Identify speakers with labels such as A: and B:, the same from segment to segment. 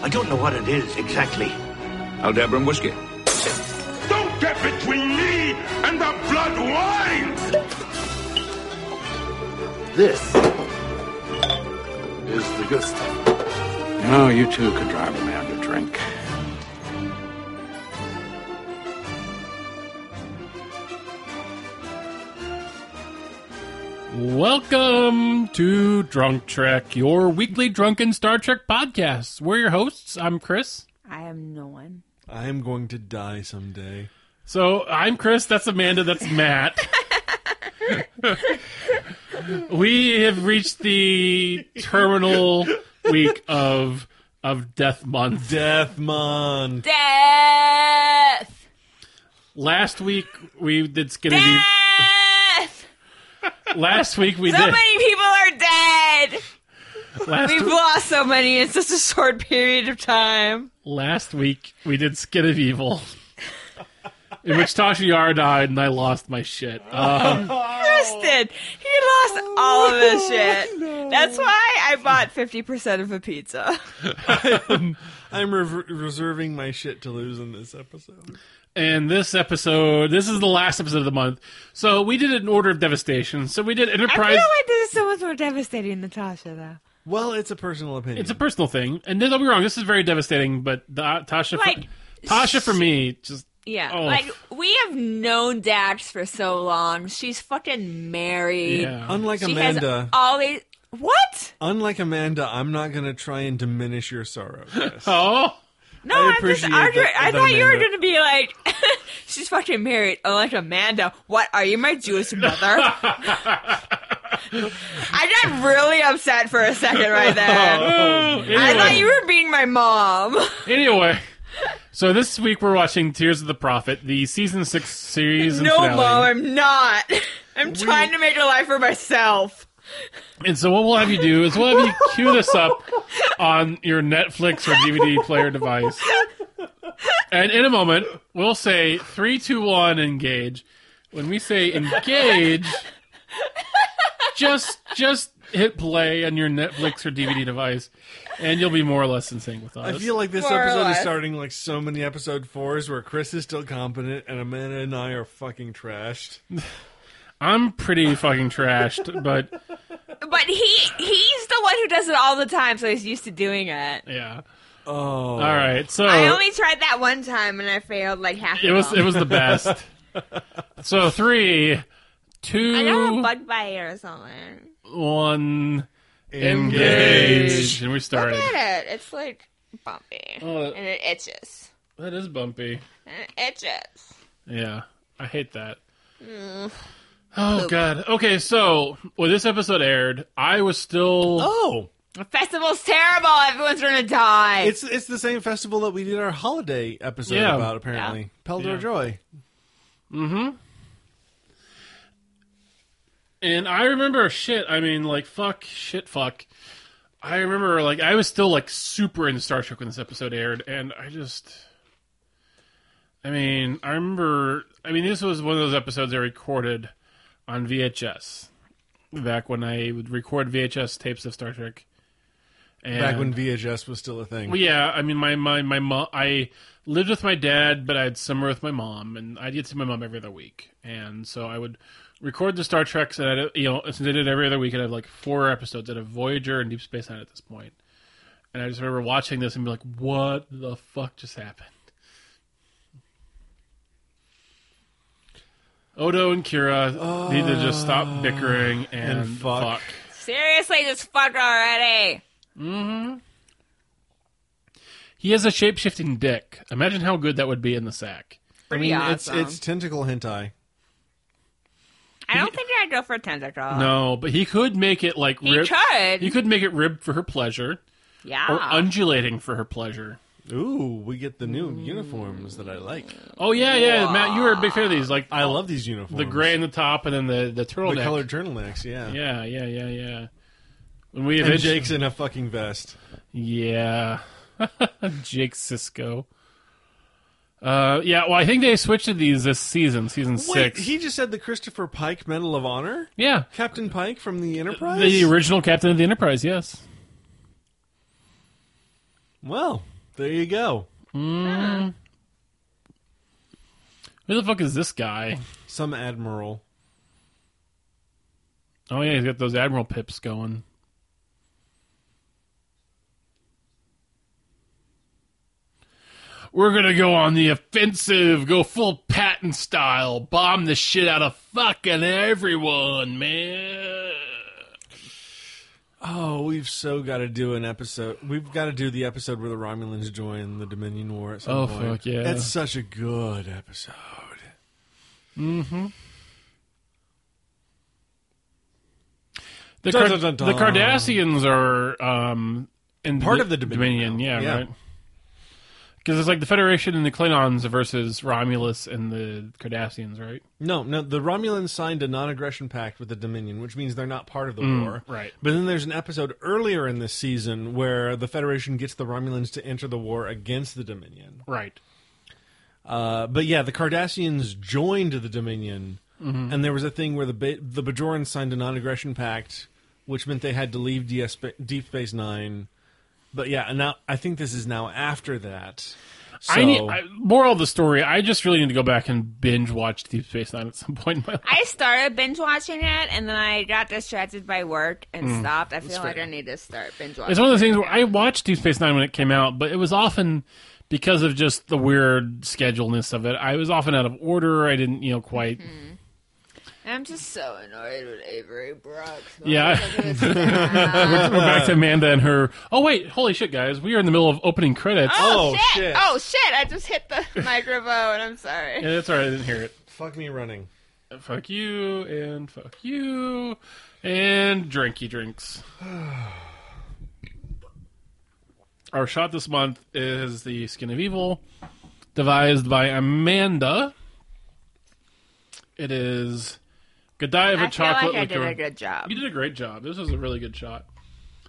A: I don't know what it is exactly.
B: Aldabra and whiskey.
C: Don't get between me and the blood wine!
D: This is the good stuff.
E: You know, you too could drive a man to drink.
F: Welcome to Drunk Trek, your weekly drunken Star Trek podcast. We're your hosts. I'm Chris.
G: I am no one.
H: I am going to die someday.
F: So I'm Chris. That's Amanda. That's Matt. we have reached the terminal week of of Death Month.
H: Death Mon.
G: Death!
F: Last week we did Skinny Deep.
G: Death!
F: Last week we
G: So
F: did.
G: many people are dead!
F: Last
G: We've lost so many in such a short period of time.
F: Last week we did Skin of Evil, in which Tasha Yar died, and I lost my shit. Um,
G: Kristen, he lost all of his
F: Oh,
G: shit. That's why I bought 50% of a pizza.
H: I'm re- reserving my shit to lose in this episode.
F: and this episode, this is the last episode of the month, so we did an order of devastation. So we did
G: I
F: Enterprise.
G: feel like this is so much more devastating than Tasha, though.
H: Well, it's a personal opinion.
F: it's a personal thing, and don't be wrong, this is very devastating. But the, uh, Tasha, for,
G: Like,
F: Tasha for me, just
G: Yeah,
F: Oh.
G: like we have known Dax for so long. She's fucking married.
F: yeah.
H: unlike
G: She has
H: Amanda.
G: always what?
H: unlike Amanda, I'm not going to try and diminish your sorrow. Chris.
F: oh,
G: No,
H: I
G: I'm just
H: appreciate
G: arguing.
H: that-
G: I
H: that
G: thought you were
H: Amanda-
G: going to be like, she's fucking married, unlike Amanda. What are you, my Jewish mother? I got really upset for a second right there. I
F: anyway.
G: thought you were being my mom.
F: anyway. So this week we're watching Tears of the Prophet, the season six series. and
G: No,
F: finale.
G: mom, I'm not. I'm trying to make a life for myself.
F: And so what we'll have you do is we'll have you queue this up on your Netflix or DVD player device. And in a moment, we'll say three, two, one, engage. When we say engage, just just hit play on your Netflix or DVD device, and you'll be more or less in sync with us.
H: I feel like this
G: More or
H: episode is
G: less.
H: starting like so many episode fours where Chris is still competent and Amanda and I are fucking trashed.
F: I'm pretty fucking trashed, but
G: But he he's the one who does it all the time, so he's used to doing it.
F: yeah.
H: Oh,
F: All right, so
G: I only tried that one time and I failed like half.
F: it was it was the best. So three, two,
G: I got a bug bite or something.
F: one.
H: Engage.
F: And we
G: Look
F: started.
G: at it. It's like bumpy.
F: Oh, that-
G: and it itches.
F: That is bumpy.
G: And it itches.
F: Yeah, I hate that.
G: Mm.
F: Oh god. Okay, so when this episode aired, I was still
H: Oh,
G: The festival's terrible. Everyone's gonna die.
H: it's it's the same festival that we did our holiday episode
F: Yeah.
H: about. Apparently, Peldor
F: Yeah.
H: Joy.
F: and I remember shit. I mean, like fuck, shit, fuck. I remember like I was still like super into Star Trek when this episode aired, and I just, I mean, I remember. I mean, this was one of those episodes I recorded on VHS back when I would record VHS tapes of Star Trek. And
H: Back when VHS was still a thing.
F: Well, yeah, I mean, my my my mom. I lived with my dad, but I'd summer with my mom, and I'd get to see my mom every other week. And so I would record the Star Treks, and I'd, you know, since I did it every other week, I'd have like four episodes. I'd have Voyager and Deep Space Nine at this point. And I just remember watching this and be like, "What the fuck just happened?" Odo and Kira need to just stop bickering and,
H: and fuck.
F: fuck.
G: Seriously, just fuck already.
F: He has a shape shifting dick. Imagine how good that would be in the sack.
H: I
G: Pretty
H: mean,
G: awesome.
H: it's it's tentacle hentai.
G: I don't think I'd go for a tentacle.
F: No, but he could make it like
G: Uh, He
F: rib.
G: could. Ah.
F: He could make it ribbed for her pleasure
G: yeah.
F: or undulating for her pleasure.
H: Ooh, we get the new
F: Mm.
H: uniforms that I like.
F: Oh yeah, yeah, Matt, you were a big fan of these. Like
H: I love these uniforms.
F: the gray in the top and then the the
H: the
F: turtleneck.
H: colored turtlenecks. Yeah.
F: Yeah, yeah, yeah, yeah. When we
H: And
F: eventually,
H: Jake's in a fucking vest.
F: yeah, Jake Cisco. Uh, yeah. Well, I think they switched to these this season, season six.
H: Wait, he just said the Christopher Pike Medal of Honor.
F: yeah,
H: Captain Pike from the Enterprise.
F: the original captain of the Enterprise. Yes.
H: Well, there you go.
F: Who the fuck is this guy?
H: Some admiral.
F: Oh yeah, he's got those admiral pips going. We're gonna go on the offensive, go full Patton style, bomb the shit out of fucking everyone, man.
H: Oh, we've so got to do an episode. We've got to do the episode where the Romulans join the Dominion War at some
F: Oh,
H: point.
F: fuck yeah.
H: That's such a good episode.
F: The,
H: Dun,
F: Car-
H: dun, dun, dun.
F: the Cardassians are um, in
H: Part of the Dominion
F: Dominion, yeah,
H: now. Yeah.
F: right. Because it's like the Federation and the Klingons versus Romulus and the Cardassians, right?
H: No, no, the Romulans signed a non-aggression pact with the Dominion, which means they're not part of the war.
F: Mm, right.
H: But then there's an episode earlier in this season where the Federation gets the Romulans to enter the war against the Dominion.
F: Right.
H: Uh, but yeah, the Cardassians joined the Dominion,
F: Mm-hmm.
H: and there was a thing where the ba- the Bajorans signed a non-aggression pact, which meant they had to leave DS- Sp- Deep Space Nine. But yeah, and now I think this is now after that. So
F: I need I, moral of the story. I just really need to go back and binge watch Deep Space Nine at some point in my life.
G: I started binge watching it and then I got distracted by work and stopped. I feel like I need to start binge watching.
F: Mm. It's one of those
G: it
F: things where
G: again.
F: I watched Deep Space Nine when it came out, but it was often because of just the weird scheduleness of it. I was often out of order. I didn't, you know, quite.
G: I'm just so annoyed with Avery Brooks.
F: Yeah. We're back to Amanda and her. Oh wait, holy shit, guys! We are in the middle of opening credits.
G: Oh,
H: Oh,
G: shit.
H: shit.
G: Oh shit! I just hit the microphone. I'm sorry.
F: Yeah, that's all right. I didn't hear it.
H: fuck me running.
F: Fuck you and fuck you and drinky drinks. Our shot this month is the Skin of Evil, devised by Amanda. It is Godiva
G: I feel
F: chocolate
G: like I did
F: liqueur.
G: a good job.
F: You did a great job. This was a really good shot.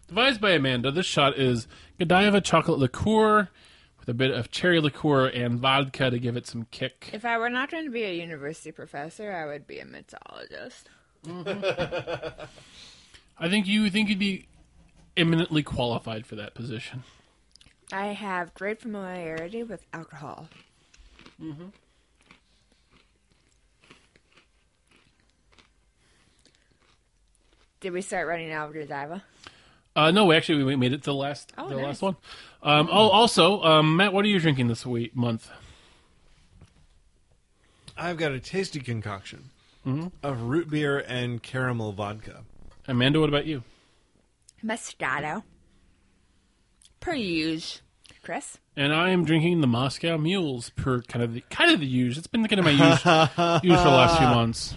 F: Devised by Amanda, this shot is Godiva chocolate liqueur with a bit of cherry liqueur and vodka to give it some kick.
G: If I were not going to be a university professor, I would be a mixologist.
F: I think you think you'd be eminently qualified for that position.
G: I have great familiarity with alcohol. Mm-hmm. Did we start running out of Godiva?
F: Uh, no, actually, we made it to the last,
G: Oh,
F: the
G: nice.
F: last one. Um, oh, also, um, Matt, what are you drinking this week month?
H: I've got a tasty concoction
F: Mm-hmm.
H: of root beer and caramel vodka.
F: Amanda, what about you?
G: Moscato. Per use. Chris?
F: And I am drinking the Moscow Mules per kind of the kind of the use. It's been kind of my use, use for the last few months.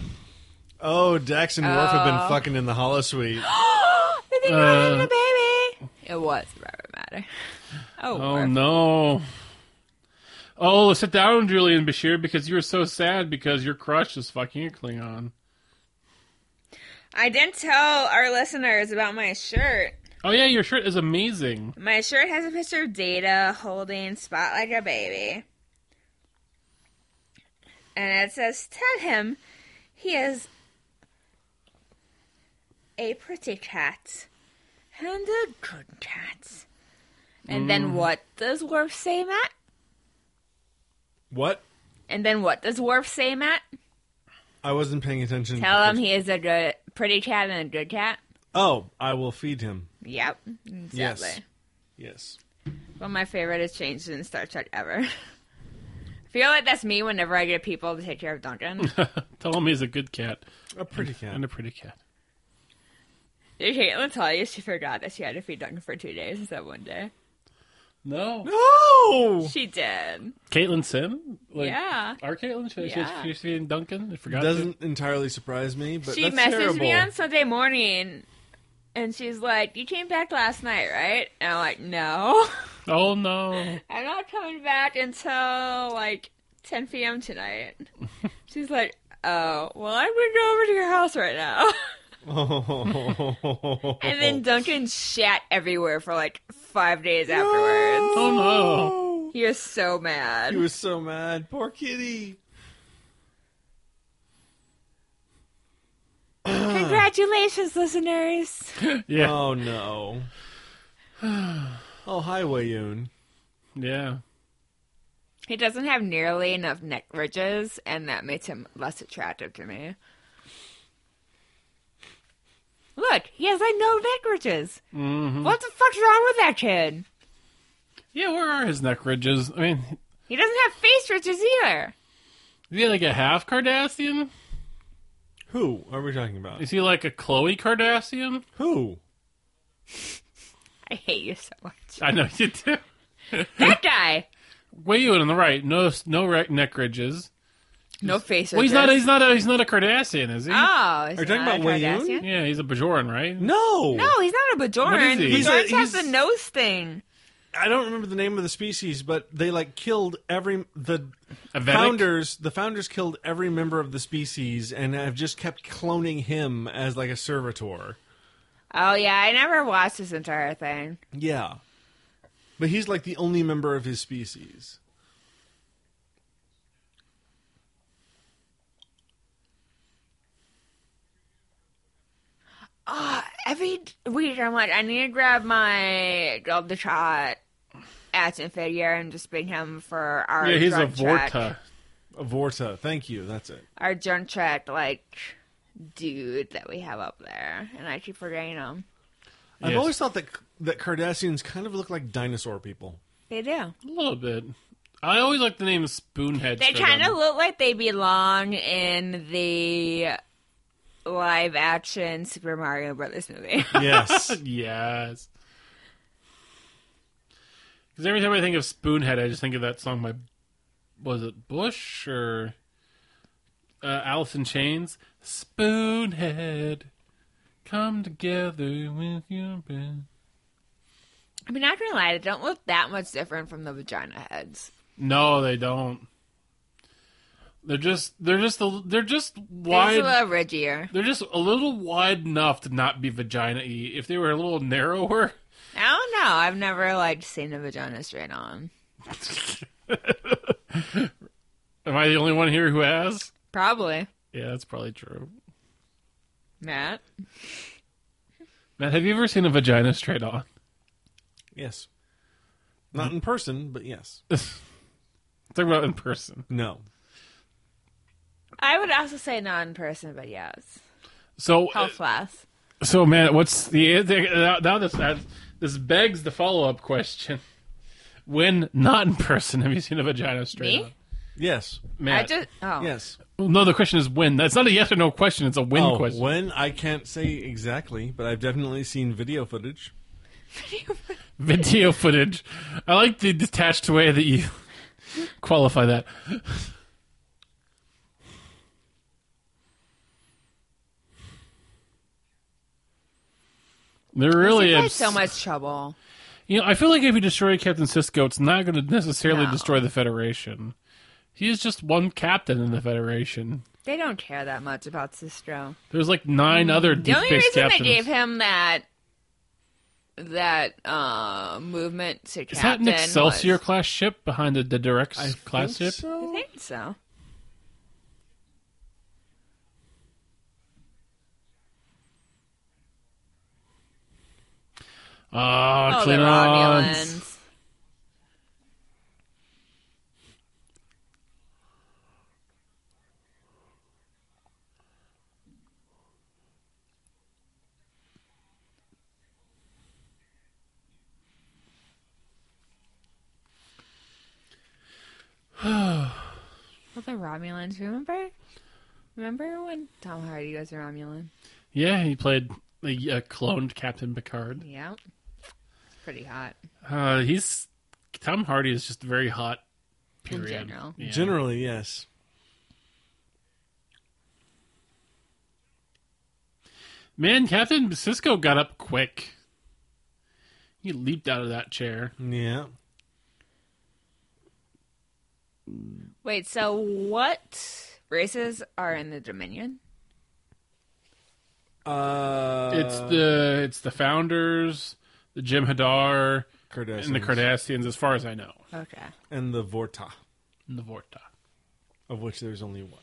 H: Oh, Dax and Worf have
G: Oh.
H: been fucking in the hollow suite.
G: I think I had a baby! Uh, It was Robert Matter. Oh,
F: Oh
G: Murph.
F: no. Oh, sit down, Julian Bashir, because you were so sad because your crush is fucking a Klingon.
G: I didn't tell our listeners about my shirt.
F: Oh yeah, your shirt is amazing.
G: My shirt has a picture of Data holding Spot like a baby. And it says, Tell him he is a pretty cat and a good cat. And then what does Worf say, Matt?
H: What?
G: And then what does Worf say, Matt?
H: I wasn't paying attention. to the
G: Tell him
H: first-
G: he is a good, pretty cat and a good cat.
H: Oh, I will feed him.
G: Yep. Exactly.
H: Yes. Yes.
G: Well, my favorite is changed in Star Trek ever. I feel like that's me whenever I get people to take care of Duncan.
F: Tell him he's a good cat
H: A pretty cat.
F: and a pretty cat.
G: Did Caitlin tell you she forgot that she had to feed Duncan for two days instead of one day?
F: No,
H: Oh!
G: She did.
F: Caitlin Sim, like,
G: Yeah.
F: our Caitlin. She, she-
G: Yeah.
F: she's feeding Duncan. I forgot.
H: Doesn't entirely surprise me, but
G: she
H: that's
G: messaged
H: terrible.
G: me on Sunday morning and she's like, You came back last night, right? And I'm like, No.
F: to- Oh no.
G: I'm not coming back until like 10 p.m. tonight. She's like, Oh, well, I'm going to go over to your house right now.
H: Oh.
G: And then Duncan shat everywhere for like five days afterwards.
F: Oh no.
G: He was so mad.
H: he was so mad. Poor kitty.
G: Congratulations, listeners.
F: Yeah.
H: Oh no. Oh, hi, Wayoon.
F: Yeah.
G: He doesn't have nearly enough neck ridges, and that makes him less attractive to me. Look, he has like no neck ridges.
F: Mm-hmm.
G: What the fuck's wrong with that kid?
F: Yeah, where are his neck ridges? I mean,
G: He doesn't have face ridges either.
F: is he like a half Cardassian?
H: Who are we talking about?
F: Is he like a Chloe Cardassian?
H: Who?
G: I hate you so much.
F: I know you do.
G: That guy,
F: Wayu on the right, no no re- neck ridges.
G: no face ridges.
F: Well, he's not. He's not. A, he's not a Cardassian, is he?
G: Oh, is
H: Are you talking
G: not a
H: about Wayoon?
G: Cardassian?
F: Yeah, he's a Bajoran, right?
H: No.
G: No, he's not a Bajoran.
F: What is he?
H: He's a-
G: George has the
H: he's-
G: nose thing.
H: I don't remember the name of the species, but they like killed every the
F: A Vedic?
H: founders. The founders killed every member of the species and have just kept cloning him as like a servitor.
G: Oh yeah, I never watched this entire thing.
H: Yeah, but he's like the only member of his species.
G: Every week I'm like, I need to grab my Gold the Trot action figure and just bring him for our
F: Yeah, he's a
G: drunk check-
F: Vorta.
H: Avorta, thank you. That's it.
G: Our junk check like dude that we have up there, and I keep forgetting him.
H: I've
F: Yes.
H: always thought that that Cardassians kind of look like dinosaur people.
G: They do.
F: A little bit. I always like the name Spoonhead.
G: They kind of look like they belong in the live action Super Mario Brothers movie.
H: Yes.
F: Yes. Because every time I think of Spoonhead, I just think of that song by, was it Bush or uh, Alice in Chains? Spoonhead, come together with your band.
G: I mean, not gonna lie, they don't look that much different from the vagina heads.
F: No, they don't. They're just they're just a, they're just
G: They're
F: wide.
G: just a little ridgier.
F: They're just a little wide enough to not be vagina y. If they were a little narrower,
G: I don't know. I've never like seen a vagina straight on.
F: am I the only one here who has?
G: Probably.
F: Yeah, that's probably true.
G: Matt.
F: Matt, have you ever seen a vagina straight on?
H: yes. Not in person, but yes.
F: Talk about in person.
H: No.
G: I would also say not in person, but yes.
F: So,
G: Health class.
F: so man, what's the uh, now this uh, this begs the follow up question: When not in person, have you seen a vagina straight
G: Me?
F: on?
H: Yes.
G: I
F: Matt,
G: just oh
H: Yes.
F: no. The question is when. That's not a yes or no question. It's a when
H: Oh,
F: question.
H: when I can't say exactly, but I've definitely seen video footage.
F: Video footage. I like the detached way that you qualify that. There really
G: I've
F: is
G: had so much trouble.
F: You know, I feel like if you destroy Captain Cisco, it's not going to necessarily
G: No.
F: destroy the Federation. He is just one captain in the Federation.
G: They don't care that much about Sistro.
F: There's like nine other
G: Mm, The
F: deep
G: only
F: space
G: reason
F: captains.
G: they gave him that that uh movement to
F: is that
G: captain
F: an Excelsior
G: was-
F: class ship behind the Direct class ship?
G: I think so.
F: Ah,
G: Oh, the
F: Klingons.
G: Romulans. well, the Romulans. Remember, remember when Tom Hardy was a Romulan?
F: Yeah, he played a, a cloned Captain Picard.
G: Yeah, it's pretty hot
F: Uh, he's Tom Hardy is just very hot. Period.
G: in general.
F: Yeah.
H: Generally, yes.
F: Man, Captain Cisco got up quick. He leaped out of that chair.
H: Yeah.
G: Wait, so what races are in the Dominion?
H: Uh,
F: It's the it's the founders, the Jim Hadar,
H: Cardassians.
F: and the Cardassians, as far as I know.
G: Okay.
H: and the Vorta,
F: And the Vorta,
H: of which there's only one.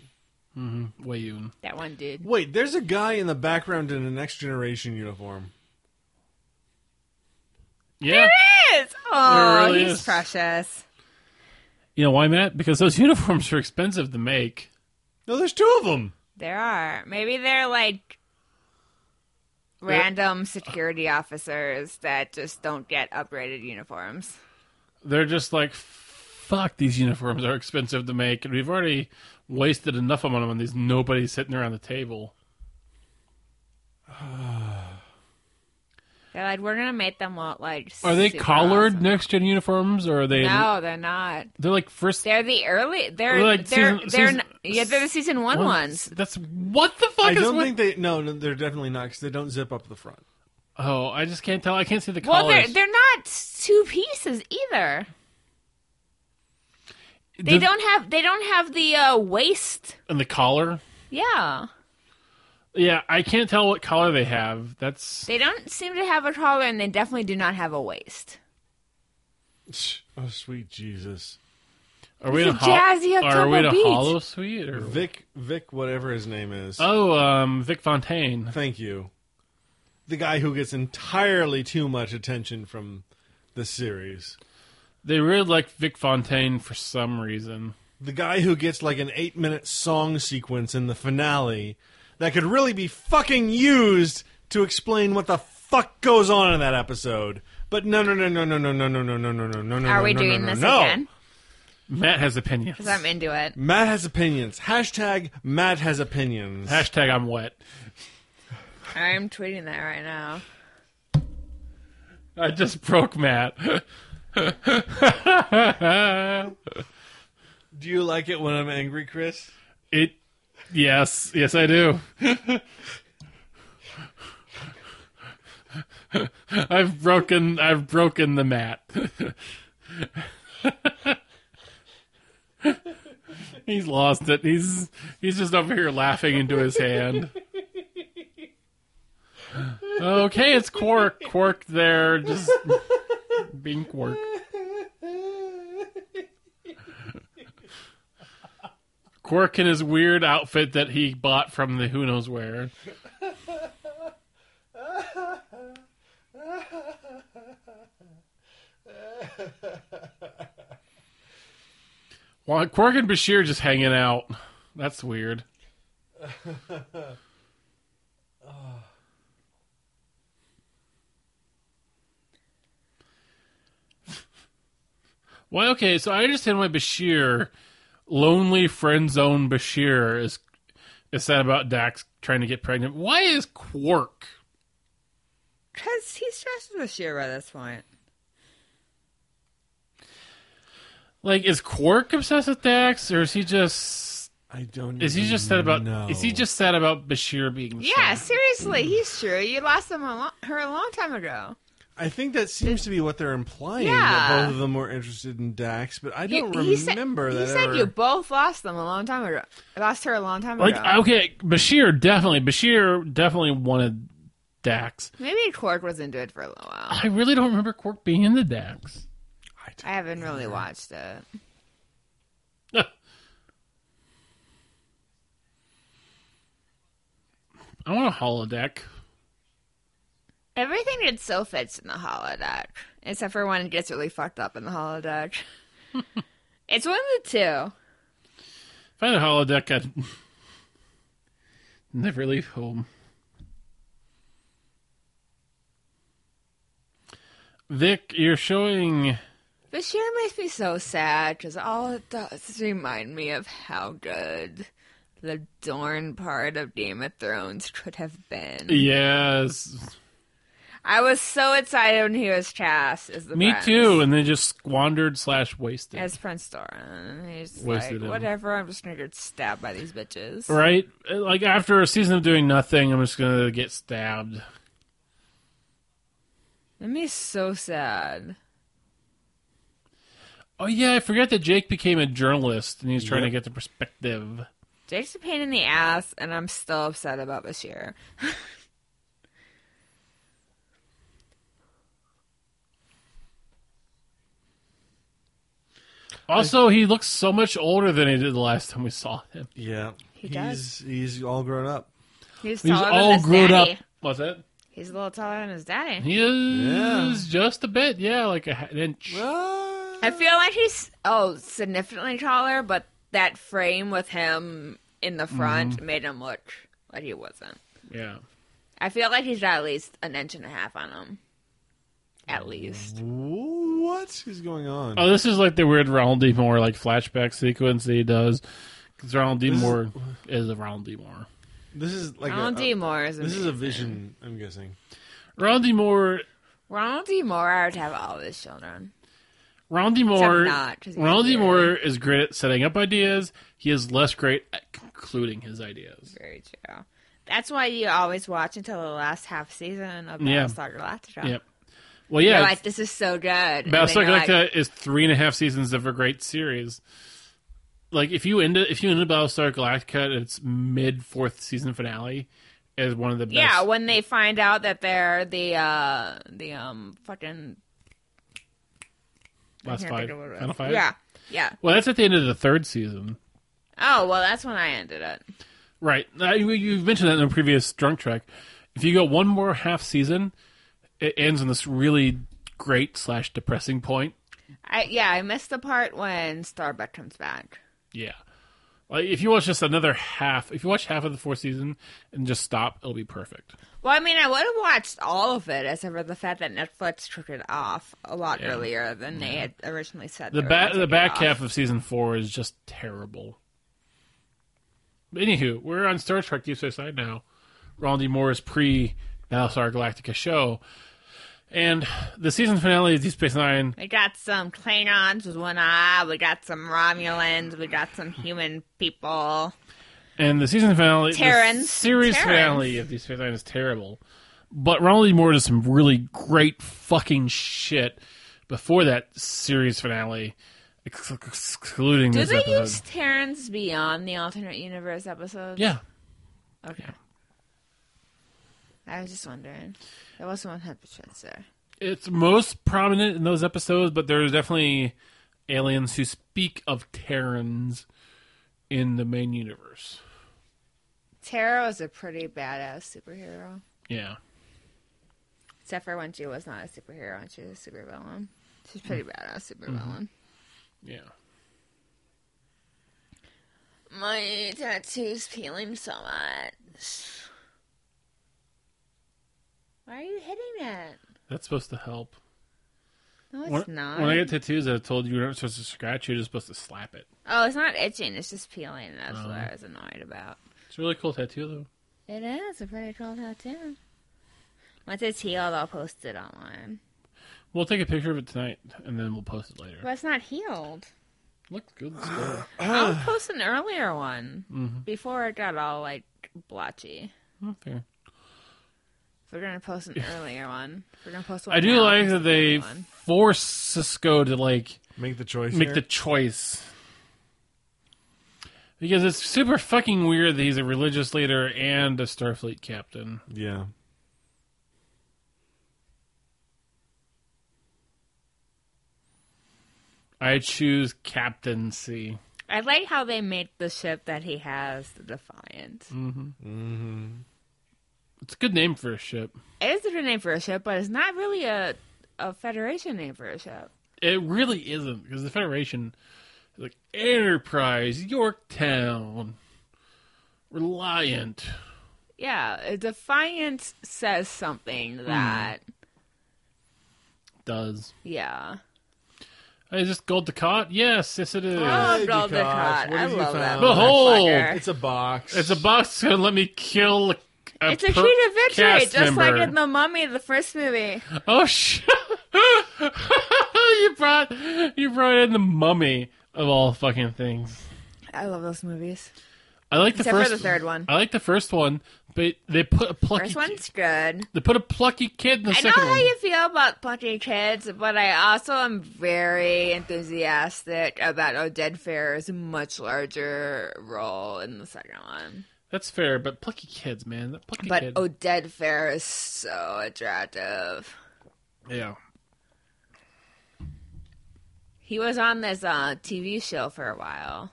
F: Wayun.
G: That one dude.
H: Wait, there's a guy in the background in a Next Generation uniform.
F: Yeah,
G: Yes! is. Oh,
F: really
G: he's
F: is.
G: precious.
F: You know why, Matt? Because those uniforms are expensive to make.
H: No, there's two of them.
G: There are. Maybe they're like random security officers that just don't get upgraded uniforms.
F: They're just like, fuck, these uniforms are expensive to make, and we've already wasted enough of them on these nobody's sitting around the table.
G: They're like, we're gonna make them look like.
F: Are they
G: super
F: collared
G: awesome."
F: next gen uniforms, or are they?
G: No, they're not.
F: They're like first.
G: They're the early. They're
F: They're like
G: they're
F: season-
G: they're
F: season-
G: n yeah. They're the season one ones.
F: That's what the fuck
H: I
F: is.
H: don't
F: with-
H: think they. No, no, they're definitely not because they don't zip up the front.
F: Oh, I just can't tell. I can't see the
G: Well,
F: collars.
G: they're they're not two pieces either. They
F: The-
G: don't have they don't have the uh, waist.
F: And the collar.
G: Yeah,
F: Yeah, I can't tell what collar they have. That's
G: they don't seem to have a collar, and they definitely do not have a waist.
H: Oh, sweet Jesus.
F: are we in a
G: It's a jazzy
F: ho- are we in a
G: October beat.
F: hollow suite or
H: Vic, Vic, whatever his name is.
F: oh um Vic Fontaine?
H: Thank you. The guy who gets entirely too much attention from the series.
F: They really like Vic Fontaine for some reason.
H: The guy who gets like an eight minute song sequence in the finale that could really be fucking used to explain what the fuck goes on in that episode. But no, no, no, no, no, no, no, no, no, no, no, no, no, no.
G: Are we
H: no,
G: doing
H: no, no,
G: this
H: no.
G: again?
F: Matt has opinions.
G: Because I'm into it.
H: Matt has opinions. Hashtag Matt has opinions.
F: Hashtag I'm wet.
G: I'm tweeting that right now.
F: I just broke Matt.
H: Do you like it when I'm angry, Chris?
F: It. Yes, yes, I do. I've broken. I've broken the mat. he's lost it. He's he's just over here laughing into his hand. Okay, it's Quark. Quark there, just being Quark. Quark in his weird outfit that he bought from the who knows where. Well, Quark and Bashir just hanging out. That's weird. Why? Okay, so I understand why Bashir lonely friend zone Bashir is is sad about Dax trying to get pregnant. Why is Quark?
G: Because he's stressed this year by this point.
F: Like, is Quark obsessed with Dax, or is he just
H: I don't.
F: is he just sad about
H: No.
F: is he just sad about Bashir being?
G: Yeah,
F: sad?
G: seriously, he's true. You lost him a lo- her a long time ago.
H: I think that seems to be what they're implying
G: Yeah.
H: that both of them were interested in Dax, but I
G: You-
H: don't
G: he said-
H: remember
G: he
H: that.
G: said
H: ever-
G: you both lost them a long time ago. Lost her a long time
F: Like,
G: ago.
F: okay, Bashir definitely Bashir definitely wanted Dax.
G: Maybe Cork was into it for a little while.
F: I really don't remember Quark being into Dax.
G: I haven't really watched it.
F: I want a holodeck.
G: Everything it so fits in the holodeck, except for when it gets really fucked up in the holodeck. it's one of the two.
F: If I had a holodeck, I'd never leave home. Vic, you're showing.
G: But sure makes me so sad because all it does is remind me of how good the Dorn part of Game of Thrones could have been.
F: Yes.
G: I was so excited when he was cast as the
F: Me
G: prince.
F: too. And then just squandered slash wasted.
G: As Prince Doran. He's just
F: Wasted
G: like,
F: him.
G: whatever, I'm just gonna get stabbed by these bitches.
F: Right? Like after a season of doing nothing, I'm just going to get stabbed.
G: That makes so sad.
F: Oh, yeah. I forgot that Jake became a journalist and he's trying to
H: Yep.
F: get the perspective.
G: Jake's a pain in the ass, and I'm still upset about Bashir.
F: Also, he looks so much older than he did the last time we saw him.
H: Yeah, he
G: does.
H: He's all grown up.
G: He's
F: He's
G: taller than
F: all
G: his
F: grown
G: daddy.
F: up. What's that?
G: He's a little taller than his daddy.
F: He is just a bit, yeah, like a, an inch.
G: I feel like he's oh significantly taller, but that frame with him in the front
F: Mm-hmm.
G: made him look like he wasn't.
F: yeah.
G: I feel like he's got at least an inch and a half on him. At least.
H: What is going on?
F: Oh, this is like the weird Ronald D. Moore like flashback sequence that he does. Because Ronald D.
H: This is-
F: Moore is a Ronald D. Moore.
H: This is
F: uh,
H: like
G: Ronald
H: a,
G: D. Moore is
H: This is a
G: amazing.
H: vision. I'm guessing.
F: Ronald D. Moore
G: Ronald D. Moore I would have all of his children.
F: Ronald D. Moore.
G: not, 'cause he's
F: Ronald D.
G: weird.
F: Moore is great at setting up ideas. He is less great at concluding his ideas.
G: Very true. That's why you always watch until the last half season of
F: Yeah.
G: Battlestar Galactica.
F: Yep. Well, yeah,
G: You're like, this is so good. And then
F: Battlestar
G: you're like,
F: Galactica is three and a half seasons of a great series. Like if you end it- if you ended Battlestar Galactica, its mid fourth season finale is one of the best.
G: Yeah, when they find out that they're the uh the um fucking I
F: last
G: can't
F: five,
G: think of what it was.
F: final five.
G: Yeah. Yeah.
F: Well, that's at the end of the third season,
G: Oh well that's when I ended it.
F: right? Uh, you, you mentioned that in a previous drunk track. If you go one more half season, it ends on this really great slash depressing point.
G: I yeah, I missed the part when Starbuck comes back.
F: Yeah. Like if you watch just another half, if you watch half of the fourth season and just stop, it'll be perfect.
G: Well, I mean, I would have watched all of it, except for the fact that Netflix took it off a lot earlier than they had originally said.
F: The
G: they were
F: back
G: gonna
F: the
G: take it
F: back
G: off.
F: half of season four is just terrible. But anywho, we're on Star Trek Deep Space Nine now. Ronald D. Moore's pre Battlestar Galactica show. And the season finale of Deep Space Nine
G: We got some Klingons with one eye. We got some Romulans. We got some human people.
F: and the season finale the
G: Terrans.
F: series
G: Terrans.
F: finale of Deep Space Nine is terrible. But Ronald D. Moore does some really great fucking shit before that series finale, ex- excluding
G: Do
F: this
G: they
F: episode.
G: use Terrans beyond the alternate universe episodes?
F: yeah,
G: Okay. I was just wondering. There was one hundred percent there.
F: it's most prominent in those episodes, but there's definitely aliens who speak of Terrans in the main universe.
G: Tara was a pretty badass superhero,
F: Yeah.
G: except for when she was not a superhero and she was a supervillain. She's
F: Hmm.
G: pretty badass
F: Mm-hmm.
G: supervillain.
F: Yeah.
G: My tattoo's peeling so much. Why are you hitting it?
F: That's supposed to help.
G: No, it's
F: When,
G: not.
F: when I get tattoos, I told you you're not supposed to scratch, you're just supposed to slap it.
G: oh, it's not itching. It's just peeling. That's what
F: Uh-huh.
G: I was annoyed about.
F: It's a really cool tattoo, though.
G: It is a pretty cool tattoo. Once it's healed, I'll post it online.
F: We'll take a picture of it tonight, and then we'll post it later.
G: But it's not healed.
F: Look good. let's go.
G: I will post an earlier one
F: Mm-hmm.
G: before it got all like blotchy.
F: Oh, fair.
G: If we're gonna post an earlier one, if we're gonna post one.
F: I do
G: now,
F: like
G: post
F: that
G: an
F: they
G: early one.
F: force Cisco to like
H: Make the choice.
F: make
H: here.
F: the choice because it's super fucking weird that he's a religious leader and a Starfleet captain.
H: yeah.
F: I choose captaincy.
G: I like how they made the ship that he has the Defiant.
F: Mm. It's a good name for a ship.
G: It is a good name for a ship, but it's not really a a Federation name for a ship.
F: It really isn't because the Federation, is like Enterprise, Yorktown, Reliant.
G: Yeah, a Defiant says something
F: Mm.
G: that
F: Does
G: yeah.
F: is this Gold Ducat? Yes, yes it is.
G: Oh,
H: Hey,
G: Gold
H: Ducat,
G: Ducat.
H: what
G: I
H: have you
G: love that.
H: found?
F: Behold!
G: motherfucker.
H: It's a box.
F: It's a box gonna let me kill. A, a
G: It's a
F: per-
G: sheet of victory,
F: cast
G: just like
F: member.
G: in the Mummy, the first movie.
F: Oh shit! you brought you brought in the mummy of all fucking things.
G: I love those movies.
F: I like the
G: Except for
F: first.
G: the third one.
F: I like the first one, but they put a plucky.
G: First one's good.
F: They put a plucky kid in the
G: I know
F: second
G: how
F: one.
G: you feel about plucky kids, but I also am very enthusiastic about Odette Fair's much larger role in the second one.
F: That's fair, but plucky kids, man, that plucky
G: But oh
F: kid.
G: Odette Fair is so attractive.
F: yeah.
G: He was on this uh,
F: Hmm.
G: TV show for a while.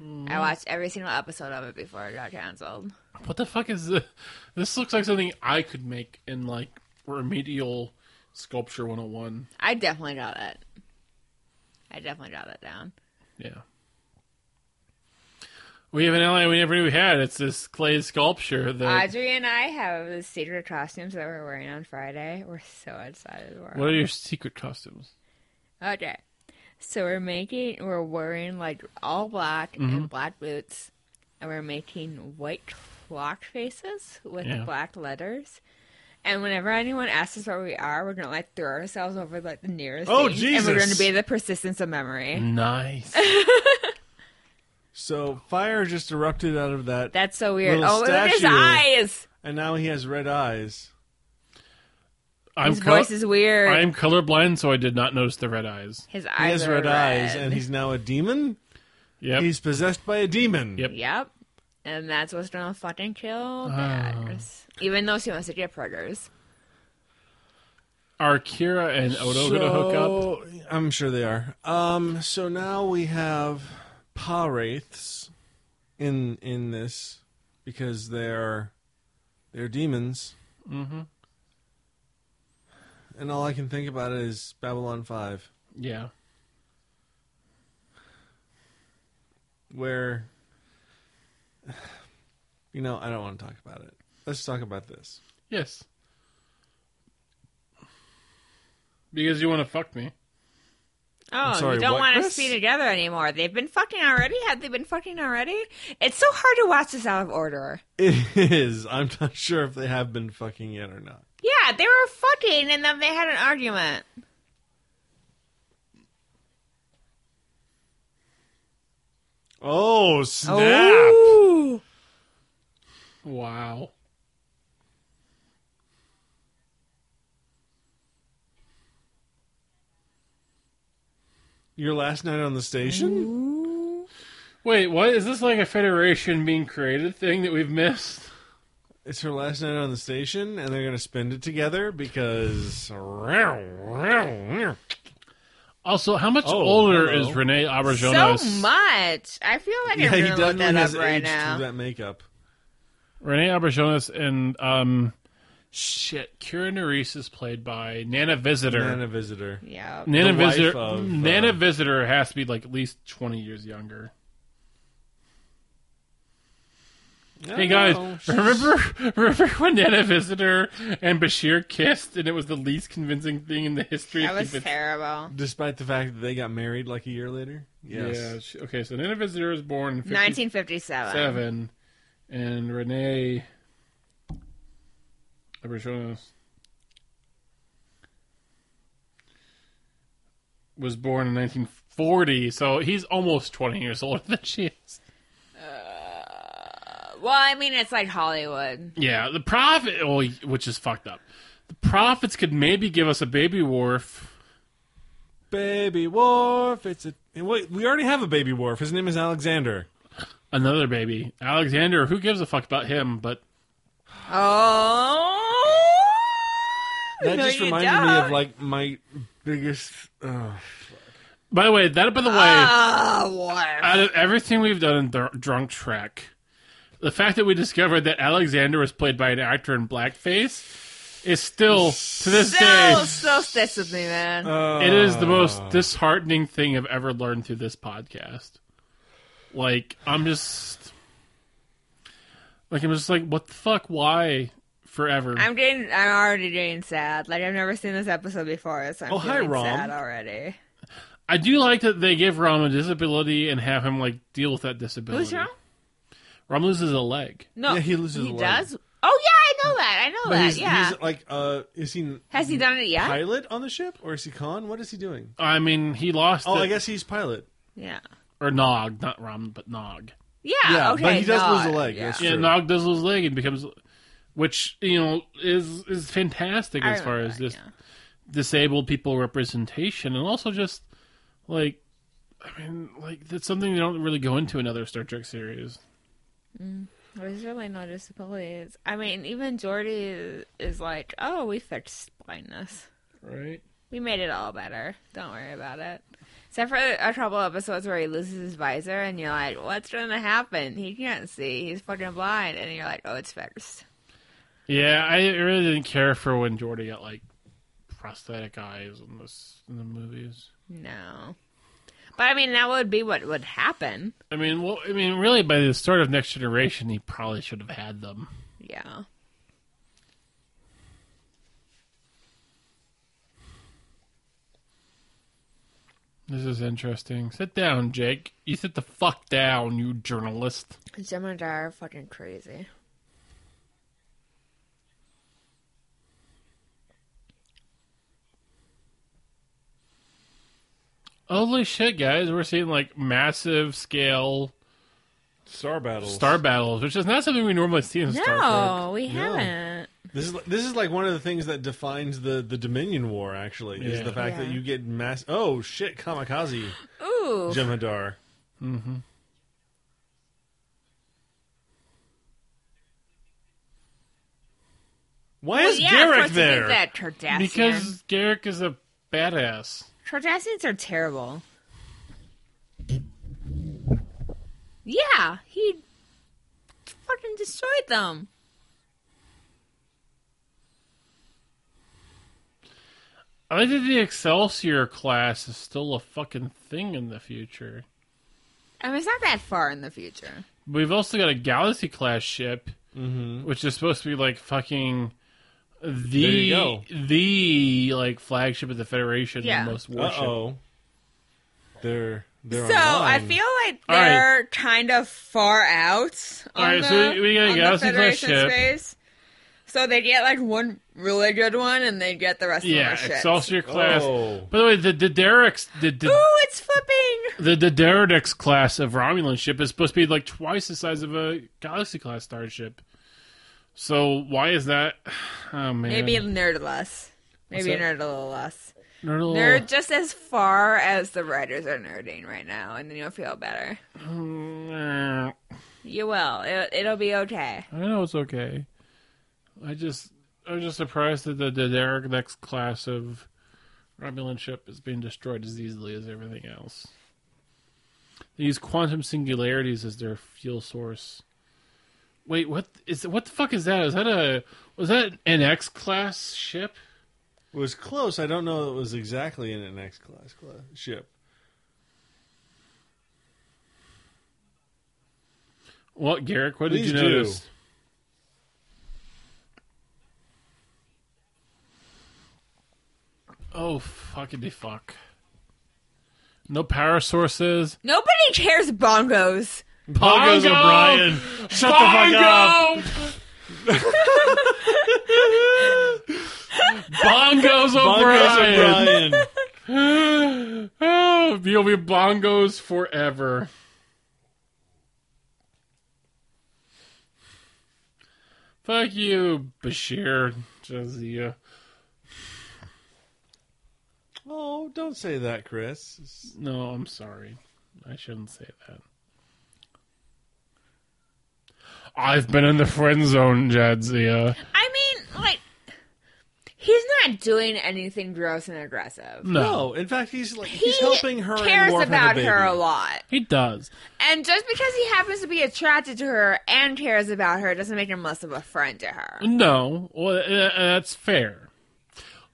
G: I watched every single episode of it before it got canceled.
F: What the fuck is this? This looks like something I could make in like remedial sculpture 101.
G: I definitely draw that. I definitely draw that down.
F: Yeah. We have an ally we never knew we had. It's this clay sculpture that.
G: Audrey and I have the secret costumes that we're wearing on Friday. We're so excited. We're
F: What are your secret costumes?
G: Okay. So we're making, we're wearing like all black
H: Mm-hmm.
G: and black boots, and we're making white clock faces with
F: Yeah.
G: black letters. And whenever anyone asks us where we are, we're gonna like throw ourselves over like the nearest.
H: Oh,
G: thing, And we're gonna
H: Jesus. Mm.
G: be the persistence of memory.
F: Nice.
H: So fire just erupted out of that,
G: That's so weird.
H: Little
G: oh, look at his
H: statue.
G: eyes.
H: and now he has red eyes.
F: I'm
G: His
F: col-
G: voice is weird.
F: I'm colorblind, so I did not notice the red eyes.
G: His
H: He
G: eyes
H: has
G: are
H: red, eyes,
G: red.
H: and he's now a demon.
F: Yep.
H: He's possessed by a demon.
F: Yep.
G: Yep. And that's what's gonna fucking kill
H: Oh.
G: Badgers. Even though she wants to get preggers.
F: Are Kira and Odo going to hook up?
H: So, I'm sure they are. Um, so now we have paw wraiths in in this because they're they're demons. Mm-hmm. And all I can think about is Babylon Five,
F: Yeah.
H: where you know I don't want to talk about it. Let's talk about this.
F: Yes. Because you want to fuck me.
G: Oh,
H: sorry,
G: you don't
H: what,
G: want us
H: Chris?
G: to be together anymore. They've been fucking already? Have they been fucking already? It's so hard to watch this out of order.
H: It is. I'm not sure if they have been fucking yet or not.
G: Yeah, they were fucking and then they had an argument.
H: Oh snap!
G: Ooh.
F: Wow.
H: Your last night on the station.
F: Wait, what? Is this like a Federation being created thing that we've missed?
H: It's her last night on the station, and they're gonna spend it together because.
F: Also, how much
H: Oh,
F: older
H: hello.
F: is Renee
G: So
F: Auberjonas?
G: much. I feel like I'm gonna look that up right now.
H: through that makeup.
F: Renee Auberjonas and um, shit, Kira Nerys is played by Nana Visitor.
H: And a visitor.
G: Yeah.
F: Nana
H: The wife
F: Visitor.
H: of,
F: Nana
H: uh,
F: Visitor has to be like at least twenty years younger. Hey guys, remember remember when Nana Visitor and Bashir kissed, and it was the least convincing thing in the history
G: That
F: of
G: was
F: convinc-
G: terrible.
H: Despite the fact that they got married like a year later. Yes.
F: Yeah. she- okay, so Nana Visitor was born in 57,
G: 1957.
F: and Renee Auberjonas was born in 1940, so he's almost 20 years older than she is.
G: Well, I mean, it's like Hollywood.
F: Yeah, the prophet, well, which is fucked up. The prophets could maybe give us a baby wharf.
H: Baby Wharf. It's a. and Wait, we already have a baby Wharf. His name is Alexander.
F: Another baby, Alexander. Who gives a fuck about him? But
G: Oh.
H: That
G: No,
H: just
G: you
H: reminded me
G: don't.
H: of like my biggest. Uh,
F: by the way, that by the way,
G: Ah, what?
F: out of everything we've done in Dr- Drunk Trek, the fact that we discovered that Alexander was played by an actor in blackface is still to this
G: Still,
F: day
G: still sticks with me, man.
F: it is the
H: Oh.
F: most disheartening thing I've ever learned through this podcast. Like I'm just like I'm just like what the fuck why forever
G: I'm getting. I'm already getting sad. Like I've never seen this episode before, so I'm
H: Oh, hi,
G: feeling
H: Rom.
G: sad already.
F: I do like that they give Rom a disability and have him like deal with that disability.
G: Who's Rom?
F: Rom loses a leg.
G: No,
H: Yeah, he loses a leg.
G: does. Oh yeah, I know that. I know
H: but
G: that.
H: he's,
G: yeah.
H: he's like, uh, is he
G: Has he done it yet?
H: pilot on the ship or is he con? What is he doing?
F: I mean, he lost
H: Oh,
F: it-
H: I guess he's pilot.
G: yeah.
F: or Nog, not Rom, but Nog.
G: Yeah.
H: Yeah,
G: okay.
H: but he does
G: no,
H: lose a leg.
G: Yeah.
H: That's
F: Yeah,
H: true.
F: Nog does lose leg and becomes, which you know is is fantastic
G: I
F: as far
G: remember
F: as
G: that,
F: this
G: yeah.
F: disabled people representation, and also just like, I mean, like that's something they don't really go into in other Star Trek series.
G: There's really no disabilities. I mean, even Jordy is, is like, oh, we fixed blindness.
F: Right.
G: We made it all better. Don't worry about it. Except for a trouble episodes where he loses his visor and you're like, what's going to happen? He can't see. He's fucking blind. And you're like, oh, it's fixed.
F: Yeah, I really didn't care for when Jordy got like prosthetic eyes in this in the movies.
G: No. But I mean, that would be what would happen.
F: I mean, well, I mean, really, by the start of Next Generation, he probably should have had them.
G: Yeah.
F: This is interesting. Sit down, Jake. You sit the fuck down, you journalist.
G: Gemini are fucking crazy.
F: Holy shit, guys! We're seeing like massive scale
H: Star battles.
F: star battles, which is not something we normally see in Star Trek.
G: No, we haven't.
H: This is this is like one of the things that defines the the Dominion War. Actually, is
F: Yeah.
H: the fact that
G: Yeah.
H: you get mass. Oh shit, kamikaze
G: Ooh.
H: Jemadar. Mm-hmm. Why is
G: yeah, of
H: Garrick
G: course you think
H: there?
G: That Cardassian.
F: Because Garrick is a badass.
G: Cardassians are terrible. Yeah, he fucking destroyed them.
F: I like that the Excelsior class is still a fucking thing in the future.
G: I mean, it's not that far in the future.
F: We've also got a Galaxy class ship,
H: Mm-hmm.
F: which is supposed to be like fucking
H: you
F: the
H: go.
F: the like flagship of the Federation,
G: Yeah.
F: the most
H: Uh
F: warship.
H: oh, they're they're
G: So I
H: online.
G: feel like
F: All right.
G: they're kind of far out. On
F: All right,
G: the,
F: so we- we got a
G: on the
F: Galaxy class
G: Federation
F: ship.
G: space. So they get like one really good one, and they get the rest
F: Yeah,
G: of their Oh, shit.
F: Excelsior class.
H: Oh.
F: By the way, the the Derek's the the,
G: Ooh, it's flipping.
F: the, the Derek's class of Romulan ship is supposed to be like twice the size of a Galaxy class starship. So why is that? Oh man,
G: Maybe nerd less. Maybe
H: What's that?
G: nerd a little less.
F: Nerdle-
G: Nerd just as far as the writers are nerding right now, and then you'll feel better.
F: Mm,
G: You will. It, it'll be okay.
F: I know it's okay. I just I'm just surprised that the, the Derek next class of Romulan ship is being destroyed as easily as everything else. They use quantum singularities as their fuel source. Wait, what is what the fuck is that? Is that a was that an X class ship?
H: It was close. I don't know. It was exactly in an X class class ship.
F: What Garrick? What did
H: Please
F: you
H: do.
F: notice? Oh fuckity fuck! No power sources.
G: Nobody cares bongos.
H: Pongo's
F: Pongo!
H: O'Brien. Shut the fuck up.
F: Bongos
H: Pongo's
F: O'Brien.
H: O'Brien.
F: Oh, you'll be bongos forever. Fuck you, Bashir Jazia.
H: oh, don't say that, Chris. It's-
F: No, I'm sorry. I shouldn't say that. I've been in the friend zone, Jadzia.
G: I mean, like, he's not doing anything gross and aggressive.
F: No,
H: No, in fact, he's like Mm. he's helping her. and
G: cares
H: Worf have a
G: about her
H: baby.
G: a lot.
F: he does.
G: And just because he happens to be attracted to her and cares about her doesn't make him less of a friend to her.
F: No, well, uh, uh, that's fair.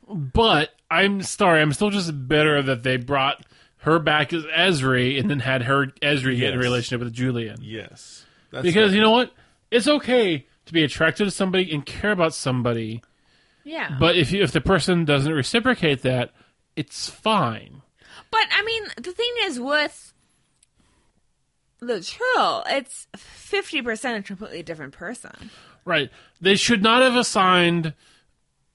F: But I'm sorry, I'm still just bitter that they brought her back as Esri and then had her Esri get in a
H: Yes.
F: relationship with Julian.
H: Yes, That's
F: because
H: right.
F: you know what? It's okay to be attracted to somebody and care about somebody,
G: Yeah.
F: but if you, if the person doesn't reciprocate that, it's fine.
G: But I mean, the thing is with the troll, it's fifty percent a completely different person.
F: Right. They should not have assigned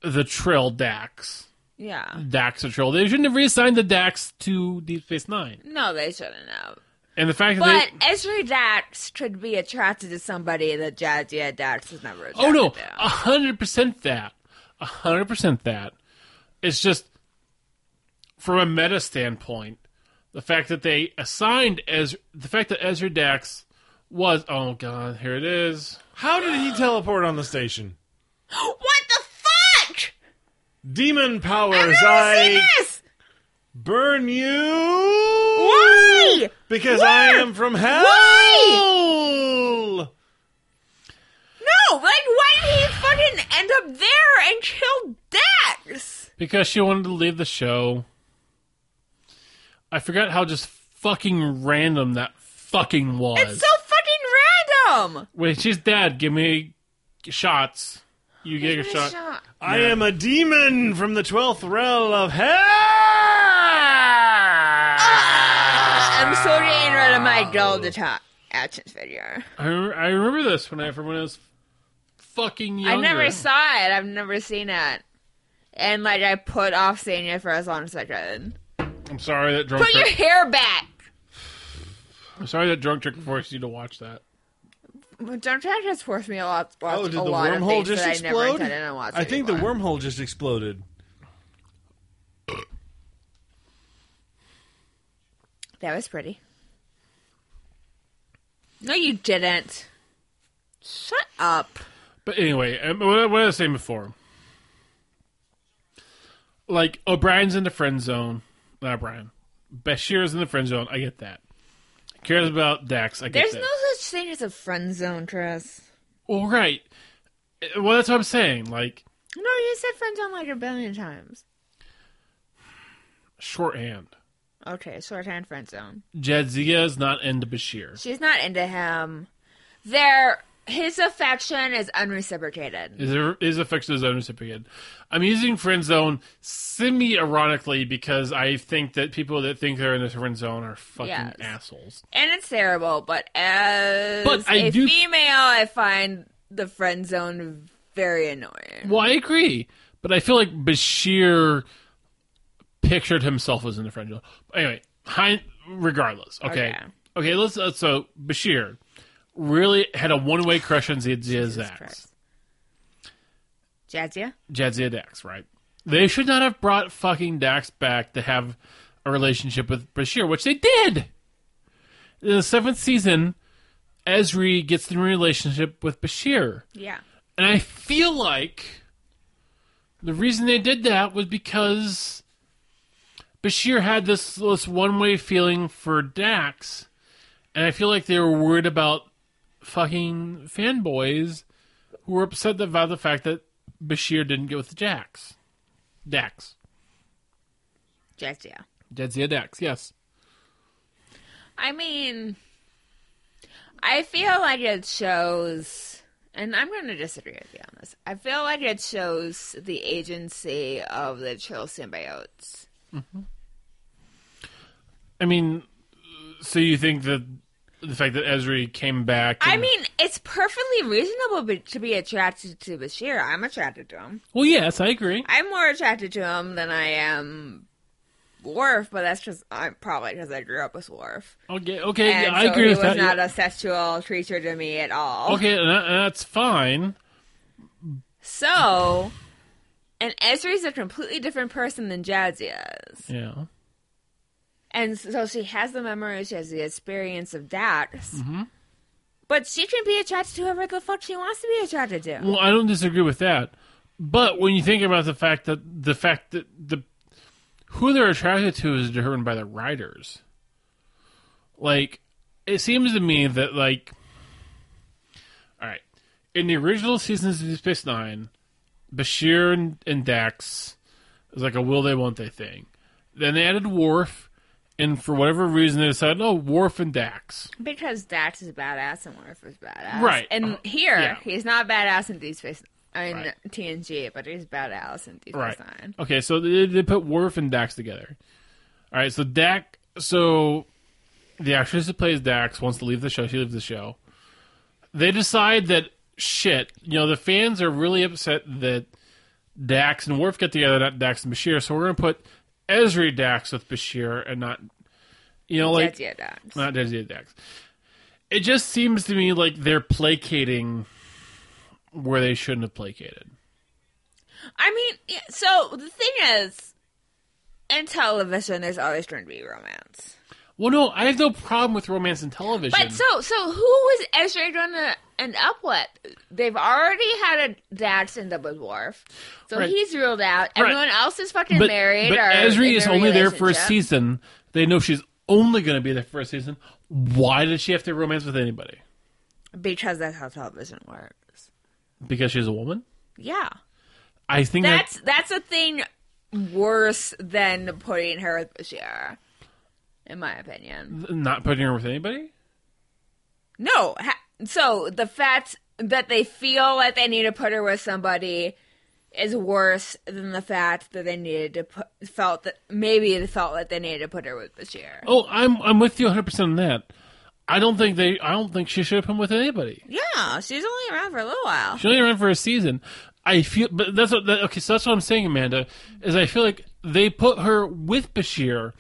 F: the Trill Dax.
G: Yeah.
F: Dax a Trill. They shouldn't have reassigned the Dax to Deep Space Nine.
G: No, they shouldn't have.
F: And the fact
G: But
F: that they.
G: Ezra Dax could be attracted to somebody that Jadzia Dax was never attracted
F: Oh, no.
G: to.
F: 100% that. 100% that. It's just, from a meta standpoint, the fact that they assigned as the fact that Ezra Dax was oh god here it is
H: how did he teleport on the station?
F: Uh,
G: What the fuck?
H: Demon powers,
G: I've never seen
H: I
G: this.
H: burn you.
G: Why?
H: Because
G: Where?
H: I am from hell.
G: Why? No, like, why did he fucking end up there and kill Dax?
F: because she wanted to leave the show. I forgot how just fucking random that fucking was.
G: It's so fucking random.
F: Wait, she's dead. Give me shots. You get your shot.
H: I am a demon from the twelfth realm of hell.
G: Ah, I'm so getting rid of my goal to top actions video.
F: I, remember, I remember this when I from when I was fucking
G: I
F: younger.
G: never saw it. I've never seen it. And like I put off seeing it for as long as I could.
F: I'm sorry that drunk.
G: Put your
F: Trick,
G: hair back.
F: I'm sorry that drunk trick forced you to watch that.
G: Jump Track has forced me a lot. Watch
H: Oh, did
G: a
H: the
G: lot of
H: wormhole
G: things
H: just
G: that I never
H: explode?
G: intended to watch.
H: I think the wormhole just exploded.
G: that was pretty. No, you didn't. Shut up.
F: But anyway, um, what what I was saying before, like O'Brien's in the friend zone. Not O'Brien. Bashir's in the friend zone. I get that. Cares about Dax. I get
G: There's
F: that.
G: no such thing as a friend zone, Tris.
F: Well, right. Uh, Well, that's what I'm saying. Like
G: No, you said friend zone like a billion times.
F: shorthand.
G: Okay, shorthand friend zone.
F: Jadzia is not into Bashir.
G: She's not into him. Their his affection is unreciprocated.
F: Is there is affection zone recipient? I'm using friend zone semi ironically because I think that people that think they're in the friend zone are fucking
G: Yes.
F: assholes.
G: And it's terrible, but as
F: But I
G: a
F: do-
G: female I find the friend zone very annoying.
F: Well, I agree, but I feel like Bashir pictured himself as in the friend zone. Anyway, hi, regardless. Okay.
G: Okay.
F: Okay, let's uh, so Bashir really had a one way crush on Jadzia Zax.
G: Jadzia?
F: Jadzia Dax, right? They should not have brought fucking Dax back to have a relationship with Bashir, which they did. In the seventh season, Ezri gets in a relationship with Bashir.
G: Yeah.
F: And I feel like the reason they did that was because Bashir had this, this one way feeling for Dax. And I feel like they were worried about fucking fanboys who were upset about the fact that Bashir didn't get with Dax. Dax.
G: Jadzia.
F: Jadzia Dax, yes.
G: I mean I feel like it shows and I'm gonna disagree with you on this. I feel like it shows the agency of the chill symbiotes.
F: I mean, so you think that the fact that Ezri came back.
G: I
F: and-
G: mean, it's perfectly reasonable be- to be attracted to Bashir. I'm attracted to him.
F: Well, yes, I agree.
G: I'm more attracted to him than I am Worf, but that's just I'm probably because I grew up with Worf,
F: Okay, okay,
G: and
F: yeah, I
G: so
F: agree
G: he
F: with that.
G: was not a sexual creature to me at all.
F: Okay, and that- and that's fine.
G: So, and Ezri's a completely different person than Jadzia is,
F: Yeah.
G: and so she has the memories, she has the experience of Dax.
F: Mm-hmm.
G: But she can be attracted to whoever the fuck she wants to be attracted to.
F: Well, I don't disagree with that. But when you think about the fact that the fact that the who they're attracted to is determined by the writers. Like, it seems to me that like, all right, in the original seasons of Deep Space Nine, Bashir and, and Dax is like a will they won't they thing. Then they added Worf, and for whatever reason they decided, oh, Worf and Dax.
G: Because Dax is badass and Worf is badass.
F: Right. Oh,
G: And here,
F: Yeah.
G: he's not badass in Deep Space I mean,
F: Right.
G: TNG, but he's badass in Deep Space Nine.
F: Okay, so they, they put Worf and Dax together. All right, so Dax. So the actress who plays Dax wants to leave the show. She leaves the show. They decide that shit. You know, the fans are really upset that Dax and Worf get together, not Dax and Bashir. So we're gonna put Ezri Dax with Bashir and not. You know, like
G: That's yeah, Dax.
F: not Desi Dax. It just seems to me like they're placating where they shouldn't have placated.
G: I mean, yeah, so the thing is, in television, there's always going to be romance.
F: Well, no, I have no problem with romance and television.
G: But so, so who is Ezra going to end up with? They've already had a Dax end up with Worf. So
F: Right.
G: he's ruled out. Everyone else is fucking
F: but,
G: married.
F: but
G: or
F: Ezri
G: in
F: is
G: a
F: only there for a
G: relationship.
F: season. They know she's only going to be there for a season, why did she have to romance with anybody?
G: because that's how television works.
F: Because she's a woman?
G: Yeah,
F: I think that-
G: that's that's a thing worse than putting her with Bashir, in my
F: Mm-hmm.
G: opinion.
F: not putting her with anybody.
G: No, ha- so the fact that they feel like they need to put her with somebody is worse than the fact that they needed to put felt that maybe they felt like they needed to put her with Bashir.
F: Oh, I'm I'm with you 100 percent on that. I don't think they. I don't think she should have been with anybody.
G: Yeah, she's only around for a little while.
F: She only ran for a season. I feel, but that's what. That, okay, so that's what I'm saying, Amanda. Is I feel like they put her with Bashir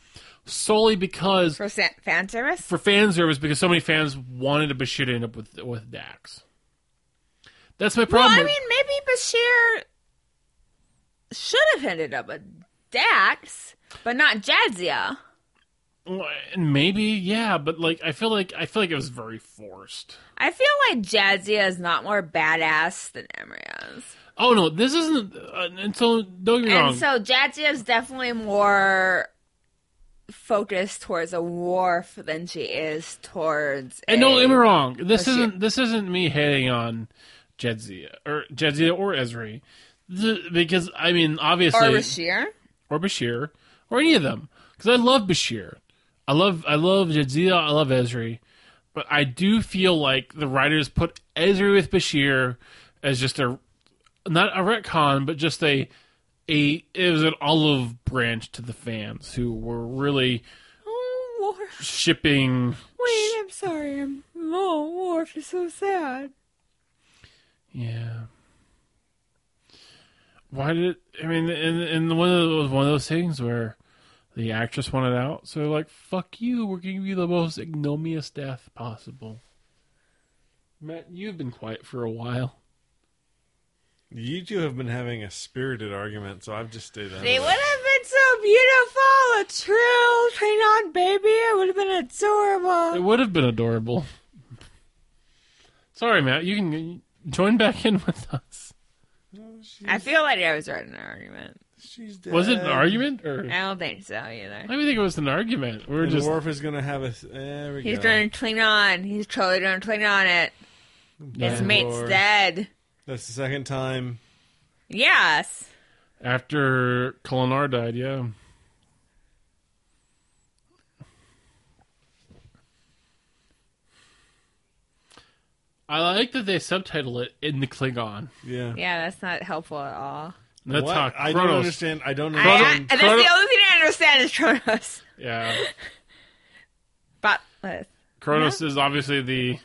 F: solely because
G: For sa- fan service?
F: for fan service because so many fans wanted a Bashir to end up with with Dax. That's my
G: well,
F: problem.
G: I mean, maybe Bashir should have ended up with Dax, but not Jadzia.
F: And maybe, yeah, but like I feel like I feel like it was very forced.
G: I feel like Jadzia is not more badass than Emrys.
F: Oh no, this isn't. Uh, and so don't get me wrong.
G: And so Jadzia is definitely more focused towards a wharf than she is towards.
F: And don't
G: a-
F: get me wrong. This
G: Let's see.
F: isn't this isn't me hating on Jedzia or Jedzia or Ezri, The- because I mean
G: Or
F: obviously
G: Bashir?
F: or Bashir or any of them because I love Bashir, I love I love Jedzia, I love Ezri, but I do feel like the writers put Ezri with Bashir as just a not a retcon but just a a it was an olive branch to the fans who were really
G: Oh, wharf.
F: shipping.
G: Wait, I'm sorry. I'm- Oh, wharf is so sad.
F: Yeah. Why did I mean? And and one of those one of those things where the actress wanted out, so they're like, "Fuck you! We're giving you the most ignominious death possible." Matt, you've been quiet for a while.
H: You two have been having a spirited argument, so I've just stayed out. of
G: They
H: it.
G: would have been so beautiful. A true train on baby. It would have been
F: It
G: adorable.
F: would have been adorable. Sorry, Matt. You can join back in with us.
H: Oh,
G: I feel like I was right in an argument.
H: She's dead.
F: Was it an argument, or
G: I don't think so either.
F: I mean, think it was an argument. We were
H: And
F: just
H: Worf is gonna have a. Th- there we
G: He's
H: go.
G: going to clean on. He's totally going to clean on it. His
F: Yeah.
G: mate's
H: Lord.
G: dead.
H: That's the second time.
G: Yes.
F: after Colinar died. Yeah. I like that they subtitle it in the Klingon.
H: Yeah.
G: Yeah, that's not helpful at all.
F: That's
H: What?
F: how Kronos.
H: I don't understand. I don't
G: I, I,
H: understand.
G: that's
F: Chrono-
G: the only thing I understand is Kronos.
F: Yeah,
G: But uh,
F: Kronos is obviously the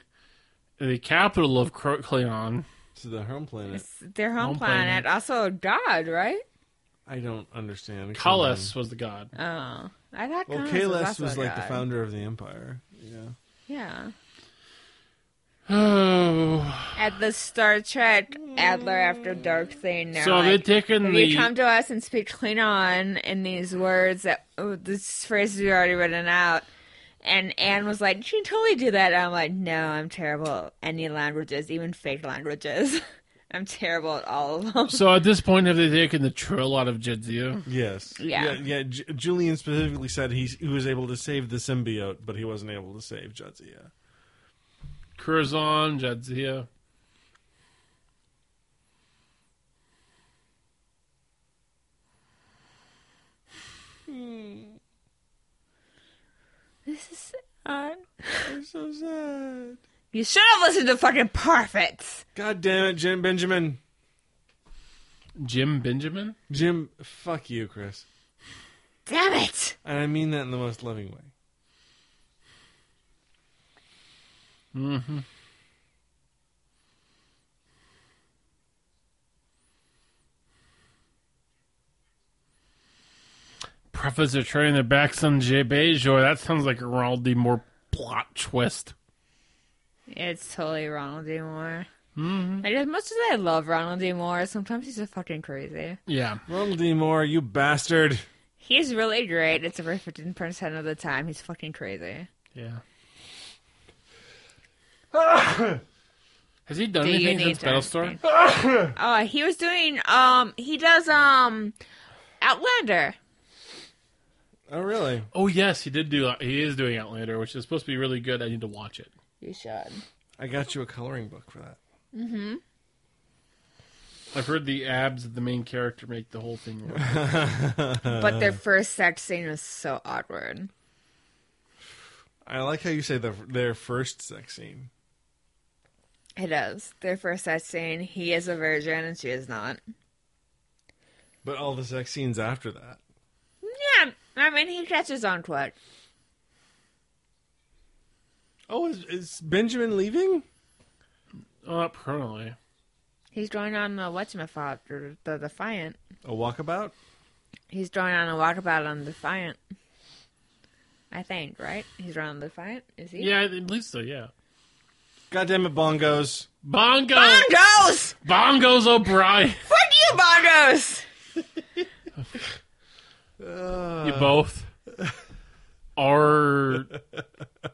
F: the capital of Kro- Klingon.
H: to the home planet.
G: it's their home,
F: Home planet.
G: planet. Also, a god, right?
H: I don't understand.
F: Kallus was the god.
G: Oh. I thought
H: Well,
G: Kronos was,
H: Kalas
G: also
H: was
G: a
H: like the
G: god.
H: founder of the empire. Yeah.
G: Yeah.
F: Oh,
G: At the Star Trek Adler After Dark thing, they're
F: so
G: like,
F: they're taking
G: if
F: the
G: you come to us and speak Klingon in these words that oh, this phrases we already written out. And Anne was like, "You can totally do that." And I'm like, "No, I'm terrible at any languages, even fake languages. I'm terrible at all of them."
F: so at this point have they taken the trill out of Jedzia?
G: Hmm.
H: Yes.
G: Yeah.
H: Yeah. yeah. Ju- Julian specifically said he, he was able to save the symbiote, but he wasn't able to save Jadzia.
F: Curzon, Jadzia.
G: This is sad.
H: I'm so sad.
G: You should have listened to fucking Parfits.
H: God damn it, Jim Benjamin.
F: Jim Benjamin.
H: Jim, fuck you, Chris.
G: Damn it!
H: And I mean that in the most loving way.
F: Prophets are turning their backs on Jay Bajor. That sounds like a Ronald D. Moore plot twist.
G: It's totally Ronald D. Moore. Mm-hmm. Like, as much as I love Ronald D. Moore, sometimes he's a fucking crazy.
F: Yeah.
H: Ronald D. Moore, you bastard.
G: He's really great. It's over fifteen percent of the time he's fucking crazy.
F: Yeah. Has he done
G: Do you
F: anything
G: need
F: since
G: to
F: Battlestar?
G: Oh, he was doing um he does um Outlander.
H: Oh, really?
F: Oh yes, he did do. He is doing Outlander, which is supposed to be really good. I need to watch it.
G: You should.
H: I got you a coloring book for that.
F: I've heard the abs of the main character make the whole thing work.
G: But their first sex scene was so awkward.
H: I like how you say the, their first sex scene.
G: It is. Their first sex scene, he is a virgin and she is not.
H: But all the sex scenes after that.
G: Yeah, I mean, he catches on to it.
H: Oh, is, is Benjamin leaving?
F: Oh, not permanently.
G: He's going on the whatchamacallit, or the Defiant.
H: A walkabout?
G: He's going on a walkabout on Defiant. I think, right? He's on Defiant, is he?
F: Yeah, I believe so. Yeah.
H: Goddamn it, bongos.
F: Bongo,
G: Bongos!
F: Bongos O'Brien.
G: Fuck you, Bongos!
F: you both are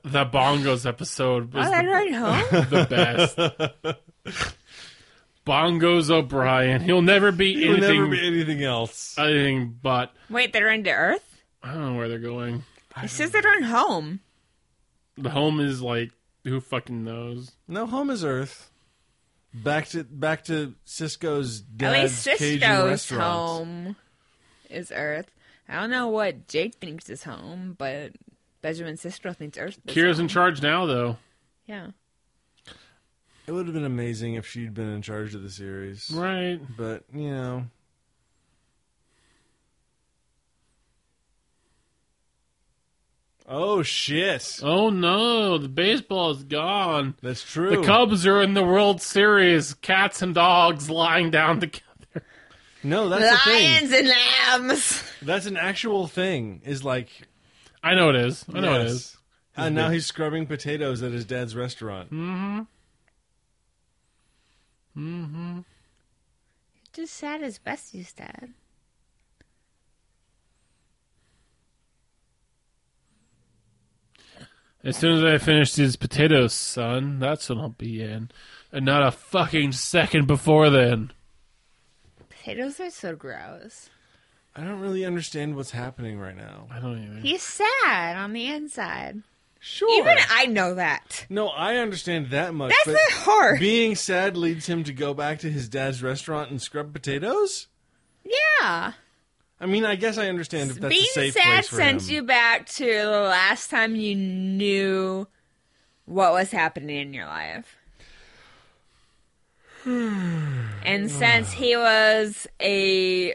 F: the Bongos episode was
G: Oh, that right home?
F: the, the best. Bongos O'Brien. He'll never be
H: It would
F: anything.
H: never be anything else.
F: anything but.
G: Wait, they're into Earth?
F: I don't know where they're going.
G: It says they're on home.
F: The home is like who fucking knows.
H: No, home is Earth. Back to back to Cisco's
G: At
H: dad's
G: least
H: Cajun
G: Cisco's
H: restaurant.
G: home is Earth. I don't know what Jake thinks is home, but Benjamin Cisco thinks Earth is
F: Kira's
G: home.
F: in charge now, though.
G: Yeah.
H: It would have been amazing if she'd been in charge of the series,
F: Right.
H: but you know, oh shit,
F: Oh no, the baseball is gone.
H: that's true.
F: The Cubs are in the World Series. Cats and dogs lying down together.
H: no, that's a thing.
G: Lions and lambs!
H: That's an actual thing. Is like
F: I know it is. I know it
H: Yes.
F: is.
H: And now he's scrubbing potatoes at his dad's restaurant.
F: Hmm.
G: Just sad as best you said.
F: As soon as I finish these potatoes, son, that's when I'll be in, and not a fucking second before then.
G: Potatoes are so gross.
H: I don't really understand what's happening right now.
F: I don't even.
G: He's sad on the inside.
H: Sure.
G: Even I know that.
H: no, I understand that much.
G: That's
H: but
G: not hard.
H: Being sad leads him to go back to his dad's restaurant and scrub potatoes?
G: yeah.
H: I mean, I guess I understand if that's
G: Being
H: a safe
G: sad
H: place for
G: sends
H: him.
G: you back to the last time you knew what was happening in your life. and since he was a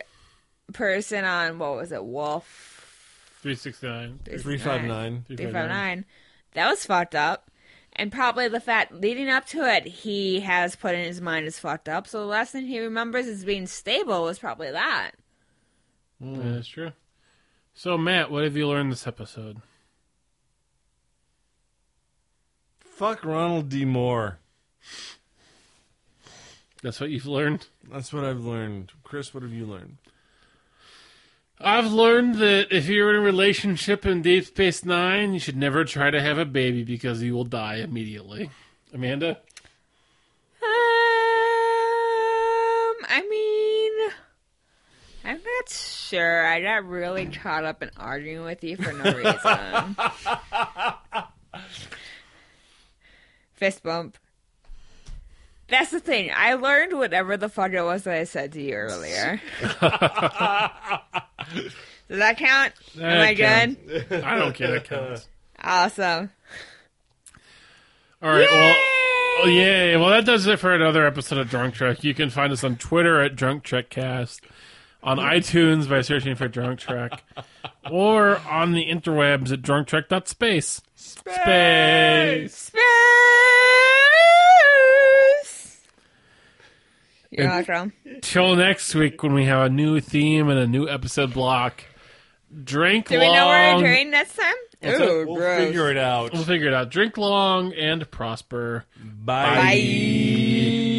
G: person on what was it, Wolf
F: Three sixty nine.
H: 359.
G: 359, that was fucked up. And probably the fact leading up to it, he has put in his mind is fucked up. So the last thing he remembers is being stable was probably that.
F: Yeah, that's true. So Matt, what have you learned this episode?
H: Fuck Ronald D. Moore.
F: That's what you've learned.
H: That's what I've learned. Chris, what have you learned?
F: I've learned that if you're in a relationship in Deep Space Nine, you should never try to have a baby because you will die immediately. Amanda,
G: Um, I mean, I'm not sure. I got really caught up in arguing with you for no reason. Fist bump. That's the thing. I learned whatever the fuck it was that I said to you earlier. Does that count? Am I
F: That counts.
G: good?
F: I don't care. That counts.
G: Awesome.
F: All right. Well, oh, yay. Well, that does it for another episode of Drunk Trek. You can find us on Twitter at Drunk Trek Cast, on iTunes by searching for Drunk Trek, or on the interwebs at drunktrek.space. Space.
G: Space. You're welcome.
F: Till next week when we have a new theme and a new episode block. Drink
G: Do
F: long.
G: we know where we're doing next time? Ooh,
H: we'll
G: Oh, gross.
H: figure it out.
F: We'll figure it out. Drink long and prosper.
H: Bye.
G: Bye.